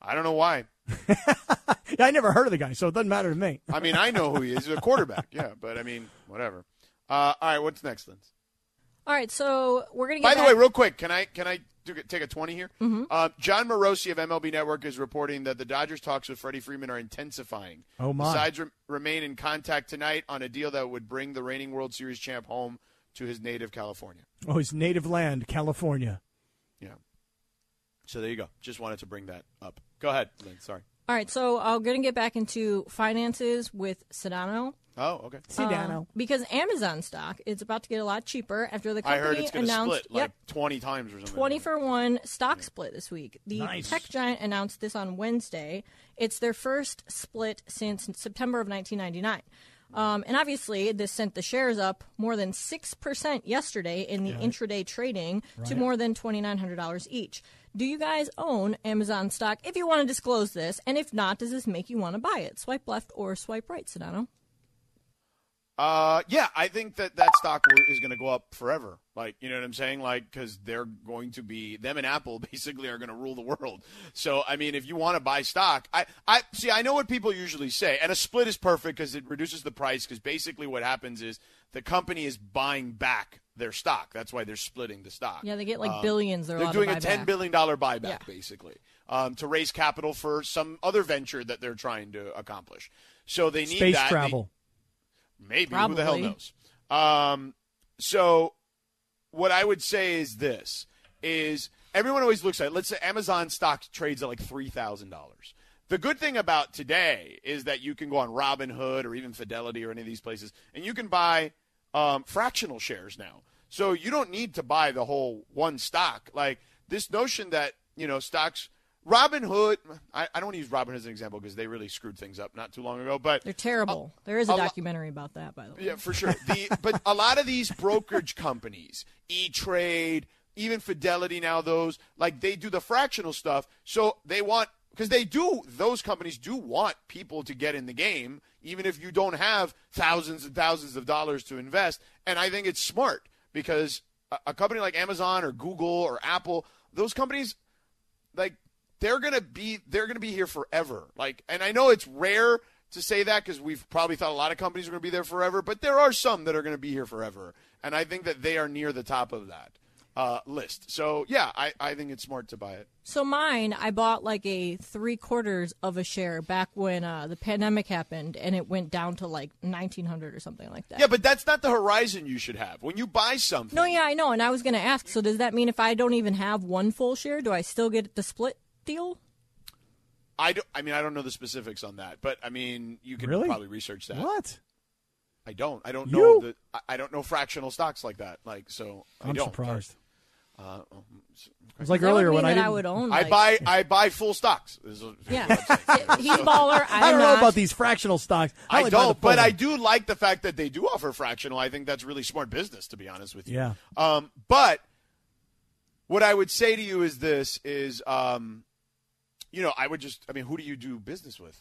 I don't know why.
Yeah, I never heard of the guy, so it doesn't matter to me.
I mean, I know who he is. He's a quarterback. Yeah, but I mean, whatever. Uh, all right, what's next, Linz?
all right. So we're gonna. Get
By the
back-
way, real quick, can I can I do, take a twenty here?
Mm-hmm.
Uh, John Morosi of MLB Network is reporting that the Dodgers talks with Freddie Freeman are intensifying.
Oh, my.
The sides re- remain in contact tonight on a deal that would bring the reigning World Series champ home to his native California.
Oh, his native land, California.
Yeah. So there you go. Just wanted to bring that up. Go ahead, Lynn. Sorry.
all right. So I'm gonna get back into finances with Sedano.
Oh, okay.
Sedano.
because Amazon stock is about to get a lot cheaper after the
I
company
heard it's going to
announced
split like
yep,
twenty times or something.
20 for 1 stock split this week. The
Nice.
tech giant announced this on Wednesday. It's their first split since September of 1999. Um, and obviously, this sent the shares up more than 6% yesterday in the intraday trading to more than $2,900 each. Do you guys own Amazon stock if you want to disclose this? And if not, does this make you want to buy it? Swipe left or swipe right, Sedano?
Uh, yeah, I think that that stock will- is going to go up forever. Like, you know what I'm saying? Like, because they're going to be them and Apple basically are going to rule the world. So, I mean, if you want to buy stock, I, I see. I know what people usually say, and a split is perfect because it reduces the price. Because basically, what happens is the company is buying back their stock. That's why they're splitting the stock.
Yeah, they get like
Um,
billions. They're,
they're
allowed
doing
to buy
a ten
back.
billion dollar buyback
Yeah.
basically um, to raise capital for some other venture that they're trying to accomplish. So they need
Space
that. They-
travel.
Maybe. Who the hell
Probably.
knows? Um, so what I would say is this is everyone always looks at let's say Amazon stock trades at like three thousand dollars. The good thing about today is that you can go on Robinhood or even Fidelity or any of these places and you can buy um, fractional shares now. So you don't need to buy the whole one stock. Like this notion that, you know, stocks Robinhood I, I don't want to use Robinhood as an example because they really screwed things up not too long ago, but
They're terrible. there is a
lo-
documentary about that, by the way.
Oh, yeah, for sure. The, but a lot of these brokerage companies, E Trade, even Fidelity now, those like they do the fractional stuff. So they want because they do those companies do want people to get in the game, even if you don't have thousands and thousands of dollars to invest. And I think it's smart because a, a company like Amazon or Google or Apple, those companies like they're gonna be they're gonna be here forever. Like, and I know it's rare to say that because we've probably thought a lot of companies are gonna be there forever, but there are some that are gonna be here forever, and I think that they are near the top of that uh, list. So yeah, I, I think it's smart to buy it.
So mine, I bought like a three quarters of a share back when uh, the pandemic happened, and it went down to like nineteen hundred or something like that.
Yeah, but that's not the horizon you should have when you buy something.
No, yeah, I know. And I was going to ask. So does that mean if I don't even have one full share, do I still get the split deal?
I don't. I mean, I don't know the specifics on that, but I mean, you can
Really?
probably research that.
What?
I don't. I don't
You?
know. The, I- I don't know fractional stocks like that. Like so, I
I'm
don't.
surprised.
Uh, um, s-
It was like
That would
earlier
mean
when I
that
didn't.
I would own.
I
like-
buy I buy full stocks. is what- is
Yeah,
what I'm saying.
he's a baller. I'm
I don't know
not.
about these fractional stocks.
I,
only buy the
don't, but
full.
I do like the fact that they do offer fractional. I think that's really smart business, to be honest with you.
Yeah.
Um, but what I would say to you is this: is um, you know, I would just. I mean, who do you do business with?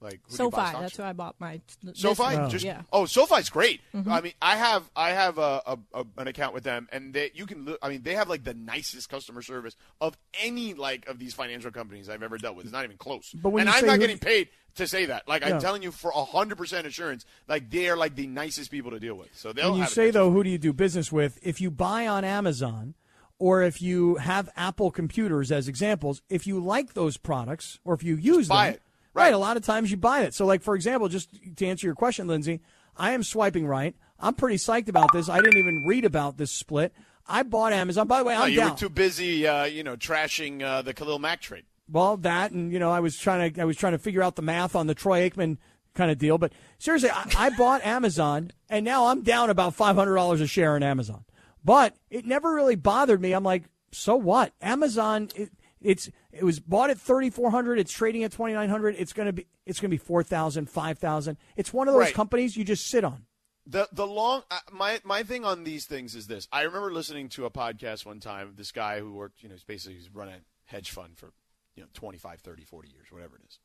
Like who do you buy
SoFi.
stocks
That's
with?
who I bought my. this
SoFi,
one.
just
yeah.
oh, SoFi's great.
Mm-hmm.
I mean, I have I have a, a, a an account with them, and they you can. li- I mean, they have like the nicest customer service of any like of these financial companies I've ever dealt with. It's not even close.
But when
and
you
I'm
say
not
who-
getting paid to say that. Like
Yeah.
I'm telling you for hundred percent assurance, like they are like the nicest people to deal with. So they'll.
When you
have it
say
next
though,
week.
who do you do business with? If you buy on Amazon, or if you have Apple computers as examples, if you like those products, or if you use
buy
them,
it. Right.
A lot of times you buy it. So, like for example, just to answer your question, Lindsay, I am swiping right. I'm pretty psyched about this. I didn't even read about this split. I bought Amazon. By the way,
No,
I'm
you
down.
were too busy, uh, you know, trashing uh, the Khalil Mack trade.
Well, that and you know, I was trying to I was trying to figure out the math on the Troy Aikman kind of deal. But seriously, I, I bought Amazon, and now I'm down about five hundred dollars a share in Amazon. But it never really bothered me. I'm like, so what? Amazon, it, it's it was bought at thirty four hundred. It's trading at twenty nine hundred. It's gonna be it's gonna be 4,000, 5,000. It's one of those
Right.
companies you just sit on.
the the long uh, my my thing on these things is this. I remember listening to a podcast one time of this guy who worked, you know, he's basically he's run a hedge fund for, you know, 25, 30, 40 years, whatever it is.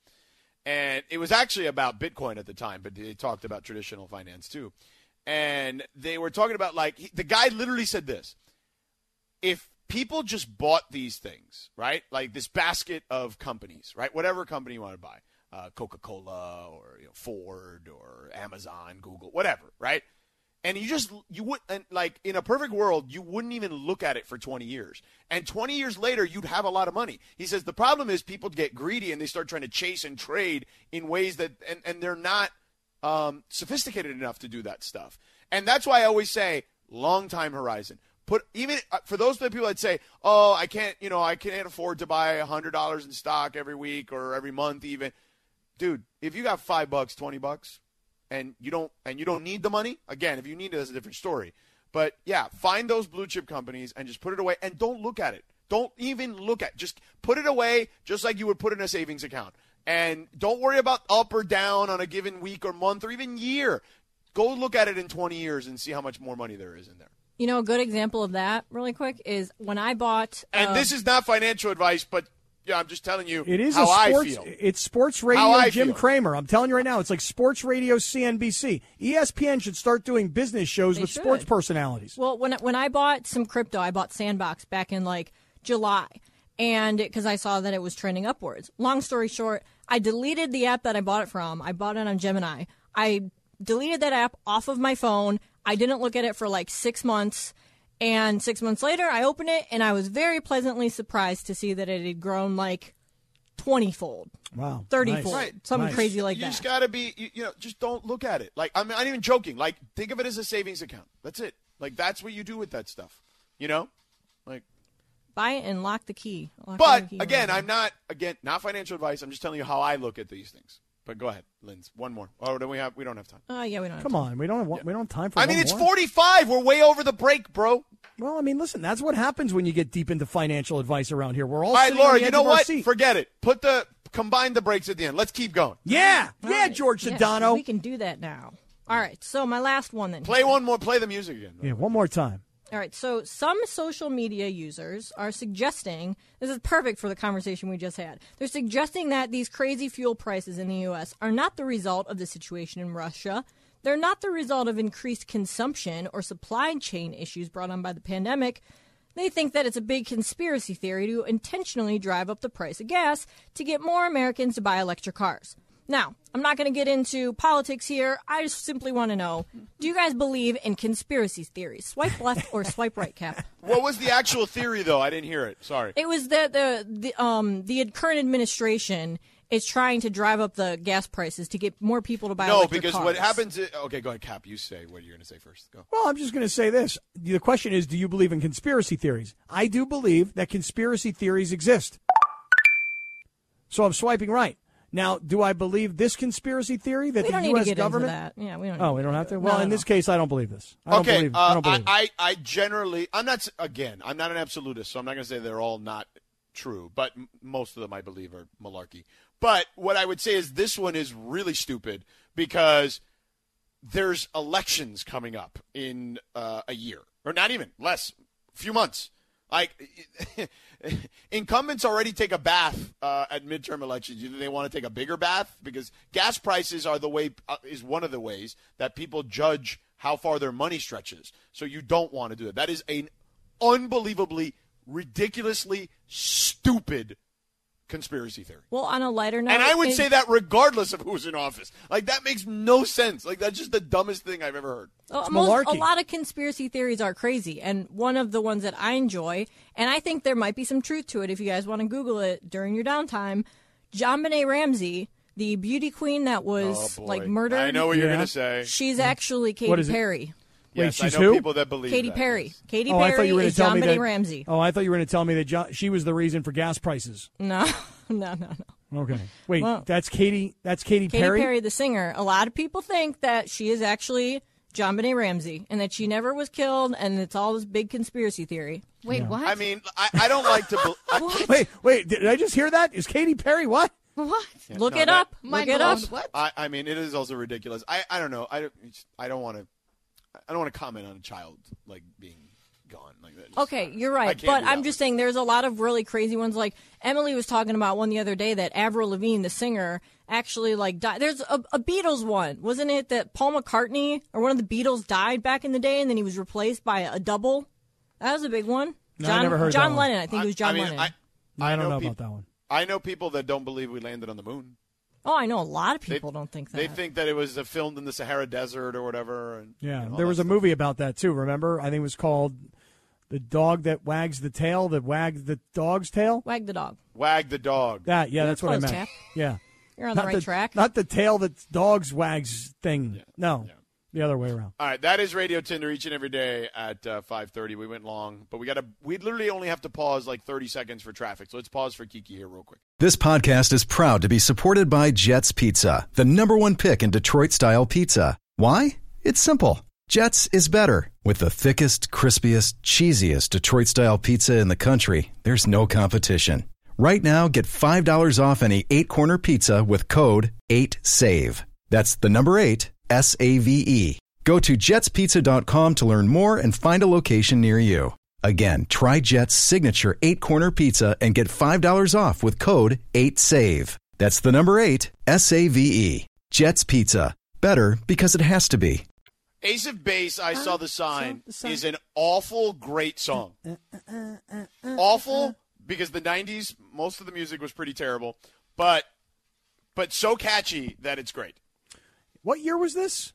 And it was actually about Bitcoin at the time, but they talked about traditional finance too. And they were talking about like he, the guy literally said this if people just bought these things, right? Like this basket of companies, right? Whatever company you want to buy, uh, Coca Cola or you know, Ford or Amazon, Google, whatever, right? And you just you would and like in a perfect world you wouldn't even look at it for 20 years. And 20 years later you'd have a lot of money. He says the problem is people get greedy and they start trying to chase and trade in ways that and and they're not um, sophisticated enough to do that stuff. And that's why I always say long time horizon. Put even uh, for those people that say, "Oh, I can't, you know, I can't afford to buy hundred dollars in stock every week or every month," even, dude, if you got five bucks, twenty bucks, and you don't and you don't need the money, again, if you need it, that's a different story. But yeah, find those blue chip companies and just put it away and don't look at it. Don't even look at. Just put it away, just like you would put in a savings account. And don't worry about up or down on a given week or month or even year. Go look at it in 20 years and see how much more money there is in there.
You know, a good example of that, really quick, is when I bought.
And
uh,
this is not financial advice, but yeah, I'm just telling you
Um, It is
how
a
I
sports.
feel.
It's sports radio.
I
Jim
feel.
Kramer. I'm telling you right now, it's like sports radio. CNBC, ESPN should start doing business shows
They
with sports
should.
personalities.
Well, when when I bought some crypto, I bought Sandbox back in like July, and because I saw that it was trending upwards. Long story short, I deleted the app that I bought it from. I bought it on Gemini. I deleted that app off of my phone. I didn't look at it for like six months. And six months later, I opened it and I was very pleasantly surprised to see that it had grown like 20 fold,
Wow.
30
nice.
fold, something
Nice.
crazy like
you
that.
just gotta be, you, you know, just don't look at it. Like I'm not even joking. Like think of it as a savings account. That's it. Like that's what you do with that stuff. You know, like.
Buy it and lock the key. Lock the
But
key
again,
around it.
I'm not again not financial advice. I'm just telling you how I look at these things. But go ahead, Linz. One more. Oh, do we have? We don't have time.
Oh, yeah, we don't have
Come on, we don't have, we don't have time for.
I
one
mean, it's
more.
45. We're way over the break, bro.
Well, I mean, listen, that's what happens when you get deep into financial advice around here. We're all,
All right,
sitting on
Laura.
the
You
edge
know
of our
what?
seat.
Forget it. Put the combine the breaks at the end. Let's keep going.
yeah,
All
yeah,
right.
George
Yeah,
Sedano.
we can do that now. All right. So my last one then.
Play one more. Play the music again.
yeah, one more time.
All right. So some social media users are suggesting this is perfect for the conversation we just had. They're suggesting that these crazy fuel prices in the U.S. are not the result of the situation in Russia. They're not the result of increased consumption or supply chain issues brought on by the pandemic. They think that it's a big conspiracy theory to intentionally drive up the price of gas to get more Americans to buy electric cars. Now, I'm not going to get into politics here. I just simply want to know do you guys believe in conspiracy theories? Swipe left or swipe right, Cap?
What was the actual theory though? I didn't hear it. Sorry.
It was that the, the, um, the current administration is trying to drive up the gas prices to get more people to buy
No,
electric
because
cars.
what happens? Is, okay, go ahead, Cap. You say what you're going to say first. Go.
Well, I'm just going to say this. The question is, do you believe in conspiracy theories? I do believe that conspiracy theories exist. So I'm swiping right. Now, do I believe this conspiracy theory that
We
the
don't need
U.S.
to get
government?
into that. Yeah, we don't.
Oh,
need
we don't
get
have
into
to.
it.
Well,
No,
in
no,
this
no.
case, I don't believe this. I don't
Okay,
believe.
uh,
I don't believe. it.
I, I generally I'm not s- again I'm not an absolutist, so I'm not going to say they're all not true, but m- most of them I believe are malarkey. But what I would say is this one is really stupid because there's elections coming up in uh, a year or not even less, few months. Like incumbents already take a bath uh, at midterm elections. Either they want to take a bigger bath because gas prices are the way uh, is one of the ways that people judge how far their money stretches. So you don't want to do it. That is an unbelievably, ridiculously stupid conspiracy theory.
Well, on a lighter note,
And I would
is-
say that regardless of who's in office. Like that makes no sense. Like that's just the dumbest thing I've ever heard.
Uh,
It's
most- a
malarkey.
lot of conspiracy theories are crazy, and one of the ones that I enjoy, and I think there might be some truth to it if you guys want to Google it during your downtime. John Benet Ramsey, the beauty queen that was
Oh, boy.
like murdered.
I know what you're
Yeah.
going to say.
She's actually Katy
Mm-hmm. What is it?
Perry.
Wait,
yes,
she's
I know
who?
people that believe
Katy
that.
Perry. Katy
oh,
Perry
I thought you were going
is
to tell
John
me
Benet
that.
Ramsey.
Oh, I thought you were going to tell me that jo- she was the reason for gas prices.
No, no, no, no.
Okay, wait,
Well-
that's Katie. That's Katie
Katy
Perry.
Perry? the singer. A lot of people think that she is actually John Benet Ramsey, and that she never was killed, and it's all this big conspiracy theory.
Wait, what?
I mean, I, I don't like to. Be- I-
Wait, wait, did I just hear that? Is Katy Perry what?
what?
Look
no,
it
that-
up.
Mind
Look it up.
blown. What?
I, I mean, it is also ridiculous. I, I don't know. I don't. it's- I don't want to. I don't want to comment on a child like being gone like that. Just-
Okay, you're
I
right.
can't
But
do that
I'm
one.
just saying there's a lot of really crazy ones. Like Emily was talking about one the other day that Avril Lavigne, the singer, actually like died. There's a, a Beatles one, wasn't it? That Paul McCartney or one of the Beatles died back in the day, and then he was replaced by a double. That was a big one.
No, I
John,
never heard that
John
one.
Lennon. I think it was John
I mean,
Lennon.
I,
I don't
know
know
peop-
about that one.
I know people that don't believe we landed on the moon.
oh, I know a lot of people don't think that.
They think that it was uh, filmed in the Sahara Desert or whatever. And,
Yeah,
and all
there
that
was a
stuff.
movie about that too. Remember? I think it was called "The Dog That Wags the Tail," that wagged the dog's tail.
Wag the dog.
Wag the dog.
That yeah, that's what I
close,
meant.
Cap.
Yeah,
You're on
not
the right
the
track.
Not the tail that dogs wags thing. No, the other way around.
All right, that is Radio Tinder each and every day at uh, five thirty. We went long, but we got to. We literally only have to pause like thirty seconds for traffic. So let's pause for Kiki here real quick.
This podcast is proud to be supported by Jets Pizza, the number one pick in Detroit style pizza. Why? It's simple. Jets is better. With the thickest, crispiest, cheesiest Detroit style pizza in the country, there's no competition. Right now, get $5 off any eight corner pizza with code 8SAVE. That's the number eight, S A V E. Go to jetspizza.com to learn more and find a location near you. Again, try Jet's signature eight corner pizza and get $5 off with code 8SAVE. That's the number eight, S A V E. Jet's Pizza. Better because it has to be.
Ace of Base, I
Uh,
saw the sign,
the sign.
is an awful great song.
uh,
awful because the '90s, most of the music was pretty terrible, but but so catchy that it's great.
What year was this?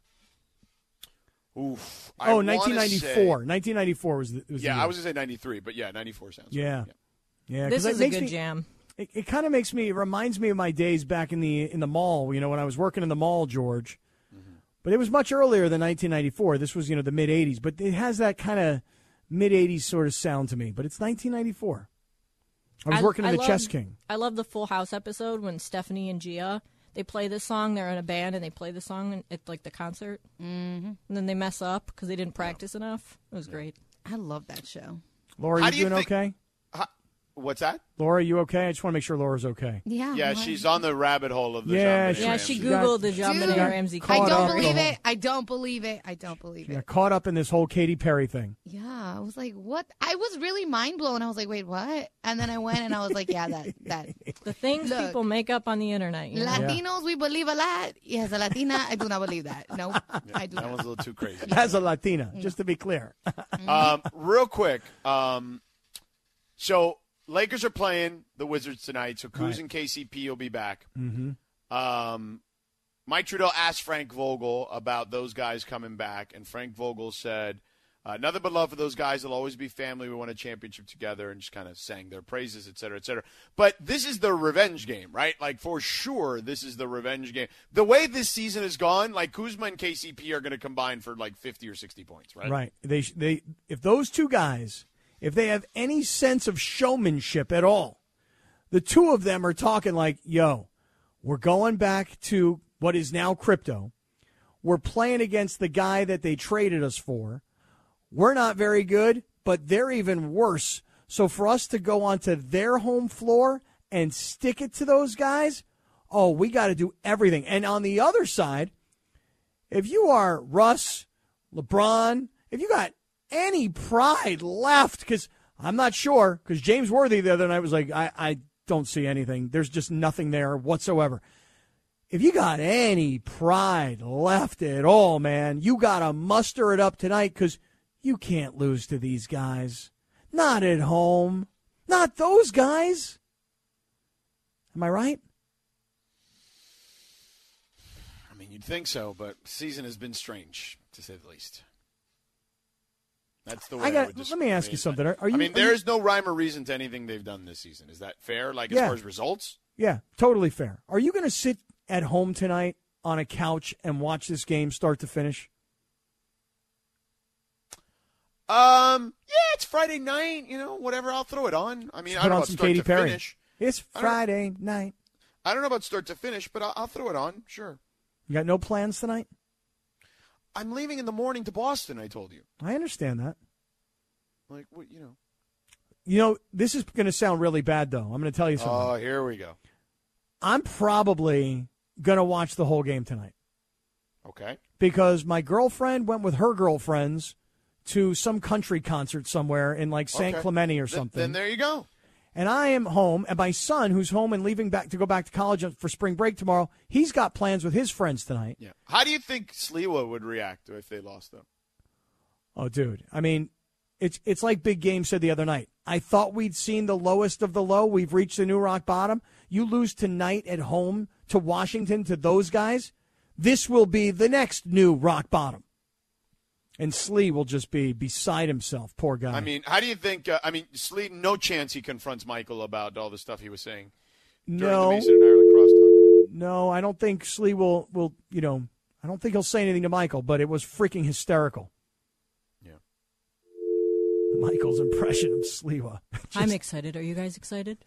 Oof. I
Oh,
wanna
1994.
say-
1994 was the. Was the
Yeah,
year.
I was gonna say '93, but yeah, '94 sounds. right.
Yeah. Yeah, 'cause
This
it
is a
makes
good
me-
jam.
It, it kind of makes me it reminds me of my days back in the in the mall. You know, when I was working in the mall, George. But it was much earlier than 1994. This was you know the mid 80s, but it has that kind of mid 80s sort of sound to me. But it's 1994. I was working in the
love-
Chess King.
I love the Full House episode when Stephanie and Gia they play this song. They're in a band and they play the song in- at like the concert, mm-hmm. and then they mess up because they didn't practice enough. It was great.
I love that show.
Laura,
How
you,
do you
doing
think-
okay?
Huh? What's that?
Laura, you okay? I just want to make sure Laura's okay.
Yeah.
Yeah,
why-
she's on the rabbit hole of the
Yeah,
Jean-Benet
she-
Yeah,
Ramsey.
she
Ramsey. got-
googled the Jean
Dude,
Benet
got
Ramsey.
caught
I
up
cover.
don't
the
believe
whole-
it. I don't believe it. I don't believe
Yeah,
it.
caught up in this whole Katy Perry thing.
Yeah, I was like, what? I was really mind blown. I was like, wait, what? And then I went and I was like, yeah, that that
The things
Look.
people make up on the internet. You know?
Latinos, we believe a lot. Yes, a Latina, I do not believe that. No, I do
That one's
not.
a little too crazy.
As a Latina, just to be clear.
um, real quick. Um, so Lakers are playing the Wizards tonight. So Kuz and KCP will be back. Mm-hmm. Um, Mike Trudell asked Frank Vogel about those guys coming back, and Frank Vogel said, uh, "Nothing but love for those guys. They'll always be family. We won a championship together," and just kind of sang their praises, et cetera, et cetera. But this is the revenge game, right? Like for sure, this is the revenge game. The way this season has gone, like Kuzma and KCP are going to combine for like fifty or sixty points, right?
Right. They sh- they if those two guys, if they have any sense of showmanship at all, the two of them are talking like, "Yo, We're going back to what is now crypto. We're playing against the guy that they traded us for. We're not very good, but they're even worse. So for us to go onto their home floor and stick it to those guys, oh, we got to do everything. And on the other side, if you are Russ, LeBron, if you got any pride left, because I'm not sure, because James Worthy the other night was like, I, I don't see anything. There's just nothing there whatsoever. If you got any pride left at all, man, you got to muster it up tonight because you can't lose to these guys. Not at home. Not those guys. Am I right?
I mean, you'd think so, but season has been strange to say the least. That's the way.
I
I
got-
would
let me
describe
ask
it.
you something. Are- are you-
I mean,
are
there
you-
is no rhyme or reason to anything they've done this season. Is that fair? Like as
Yeah.
far as results?
Yeah, totally fair. Are you going to sit at home tonight on a couch and watch this game start to finish?
Um, yeah, it's Friday night. You know, whatever. I'll throw it on. I mean, I don't know
Put on
about
some
start
Katy
to
Perry.
finish.
It's
I don't-
Friday night.
I don't know about start to finish, but I'll, I'll throw it on. Sure.
You got no plans tonight?
I'm leaving in the morning to Boston. I told you.
I understand that.
Like, what? You know.
You know, this is going to sound really bad, though. I'm going to tell you something.
Oh, here we go.
I'm probably going to watch the whole game tonight
Okay.
because my girlfriend went with her girlfriends to some country concert somewhere in like San
Okay.
Clemente or
Th-
something.
Then there you go.
and I am home, and my son, who's home and leaving back to go back to college for spring break tomorrow, he's got plans with his friends tonight.
Yeah. How do you think Sliwa would react if they lost though?
Oh, dude. I mean, it's it's like Big Game said the other night. I thought we'd seen the lowest of the low. We've reached the new rock bottom. You lose tonight at home to Washington to those guys. This will be the next new rock bottom. And Slee will just be beside himself, poor guy.
I mean, how do you think? Uh, I mean, Slee, no chance he confronts Michael about all the stuff he was saying during the
no,
Mason and Ireland crosstalk.
no, I don't think Slee will will you know. I don't think he'll say anything to Michael, but it was freaking hysterical.
Yeah.
Michael's impression of Sliwa.
I'm excited. Are you guys excited?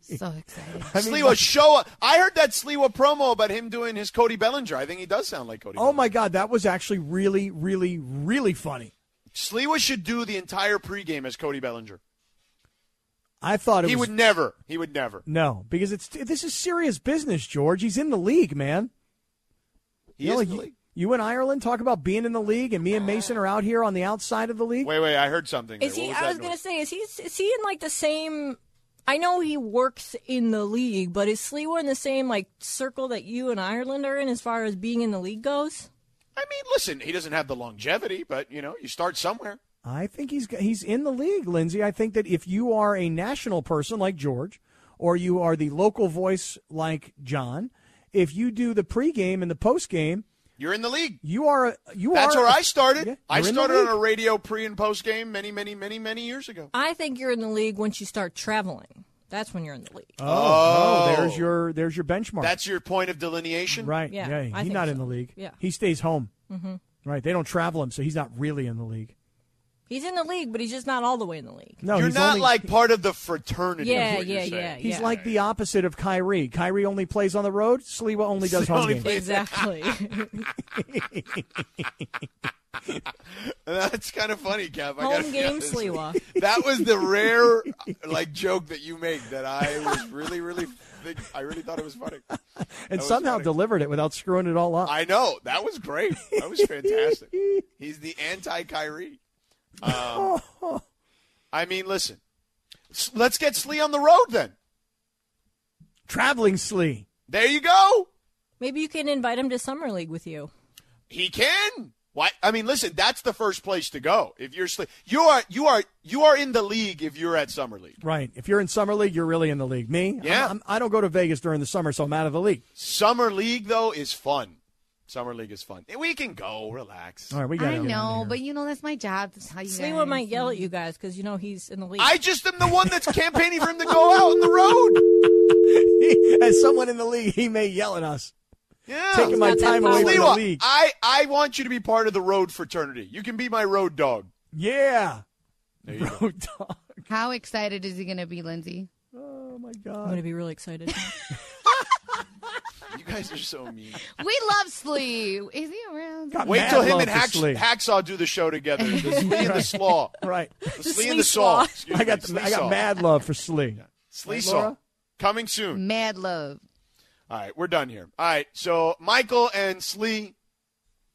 So excited.
I mean,
Sliwa, show up. I heard that Sliwa promo about him doing his Cody Bellinger. I think he does sound like Cody.
Oh my God, that was actually really, really, really funny.
Sliwa should do the entire pregame as Cody Bellinger.
I thought it
He
was
would never. He would never.
no, because it's this is serious business, George. He's in the league, man.
He
you, know,
is
like,
the
you-
league.
you and Ireland talk about being in the league, and me and Mason are out here on the outside of the league.
Wait, wait. I heard something.
Is
there.
he?
What was
I was
that
gonna
noise?
say, is he? Is he in like the same? I know he works in the league, but is Sliwa in the same like circle that you and Ireland are in as far as being in the league goes?
I mean, listen. He doesn't have the longevity, but you know, you start somewhere.
I think he's he's in the league, Lindsay. I think that if you are a national person like George, or you are the local voice like John, if you do the pregame and the postgame,
You're in the league.
you are a, you
That's
are
where
a-
I started.
Yeah,
I
you're in the
started on
league.
a radio pre and post game many, many, many, many years ago.
I think you're in the league once you start traveling. That's when you're in the league.
Oh,
Oh.
there's your there's your benchmark.
That's your point of delineation.
right.
Yeah,
Yeah,
I
he's
think
not in
so.
the league.
Yeah.
he stays home. Mm-hmm. Right, they don't travel him, so he's not really in the league.
He's in the league, but he's just not all the way in the league.
No,
you're
he's
not
only-
like part of the fraternity.
Yeah,
is what
yeah,
you're saying.
yeah,
he's like the opposite of Kyrie. Kyrie only plays on the road. Sliwa only does home
Only
games.
plays-
Exactly.
And That's kind of funny, Kev. I gotta
Home
be
game
honest.
Sliwa.
That was the rare like joke that you make that I was really, really, think, I really thought it was funny.
and
was
somehow
funny.
delivered it without screwing it all up.
I know that was great. That was fantastic. He's the anti Kyrie. Um, I mean, listen, s- let's get Slee on the road then.
Traveling Slee.
There you go.
Maybe you can invite him to summer league with you.
He can. Why? I mean, listen. That's the first place to go. If you're Slee, you are you are you are in the league. If you're at summer league,
Right. If you're in summer league, you're really in the league. Me,
Yeah.
I'm, I'm, I don't go to Vegas during the summer, so I'm out of the league.
summer league though is fun. Summer league is fun. We can go relax.
All right, we got.
I know, but you know that's my job to tell you
Sliwa
guys.
might yell at you guys because you know he's in the league.
I just am the one that's campaigning for him to go out on the road.
as someone in the league, he may yell at us,
Yeah.
taking my
got that
time away from the
Lewa,
league.
I, I want you to be part of the road fraternity. You can be my road dog.
Yeah. Oh,
There you go.
Road dog.
How excited is he going to be, Lindsay?
Oh my
I'm
god.
gonna be really excited.
guys are so mean.
We love Slee. Is he around?
Got
Wait
mad
till him
love
and
for
Hacks-
Slee.
Hacksaw do the show together. The Slee and the Slaw.
Right.
The Slee
Slee
and the Saw.
Slaw.
Excuse
I
me,
got
Slee
the, I
Saw.
got mad love for Slee.
Slee
Right,
Saw.
Laura?
Coming soon.
Mad love.
All right, we're done here. All right, so Michael and Slee,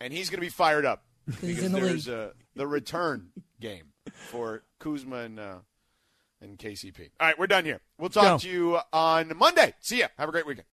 and he's going to be fired up because
in the
there's uh, the return game for Kuzma and uh, and KCP. All right, we're done here. We'll talk
Go.
to you on Monday. See ya. Have a great weekend.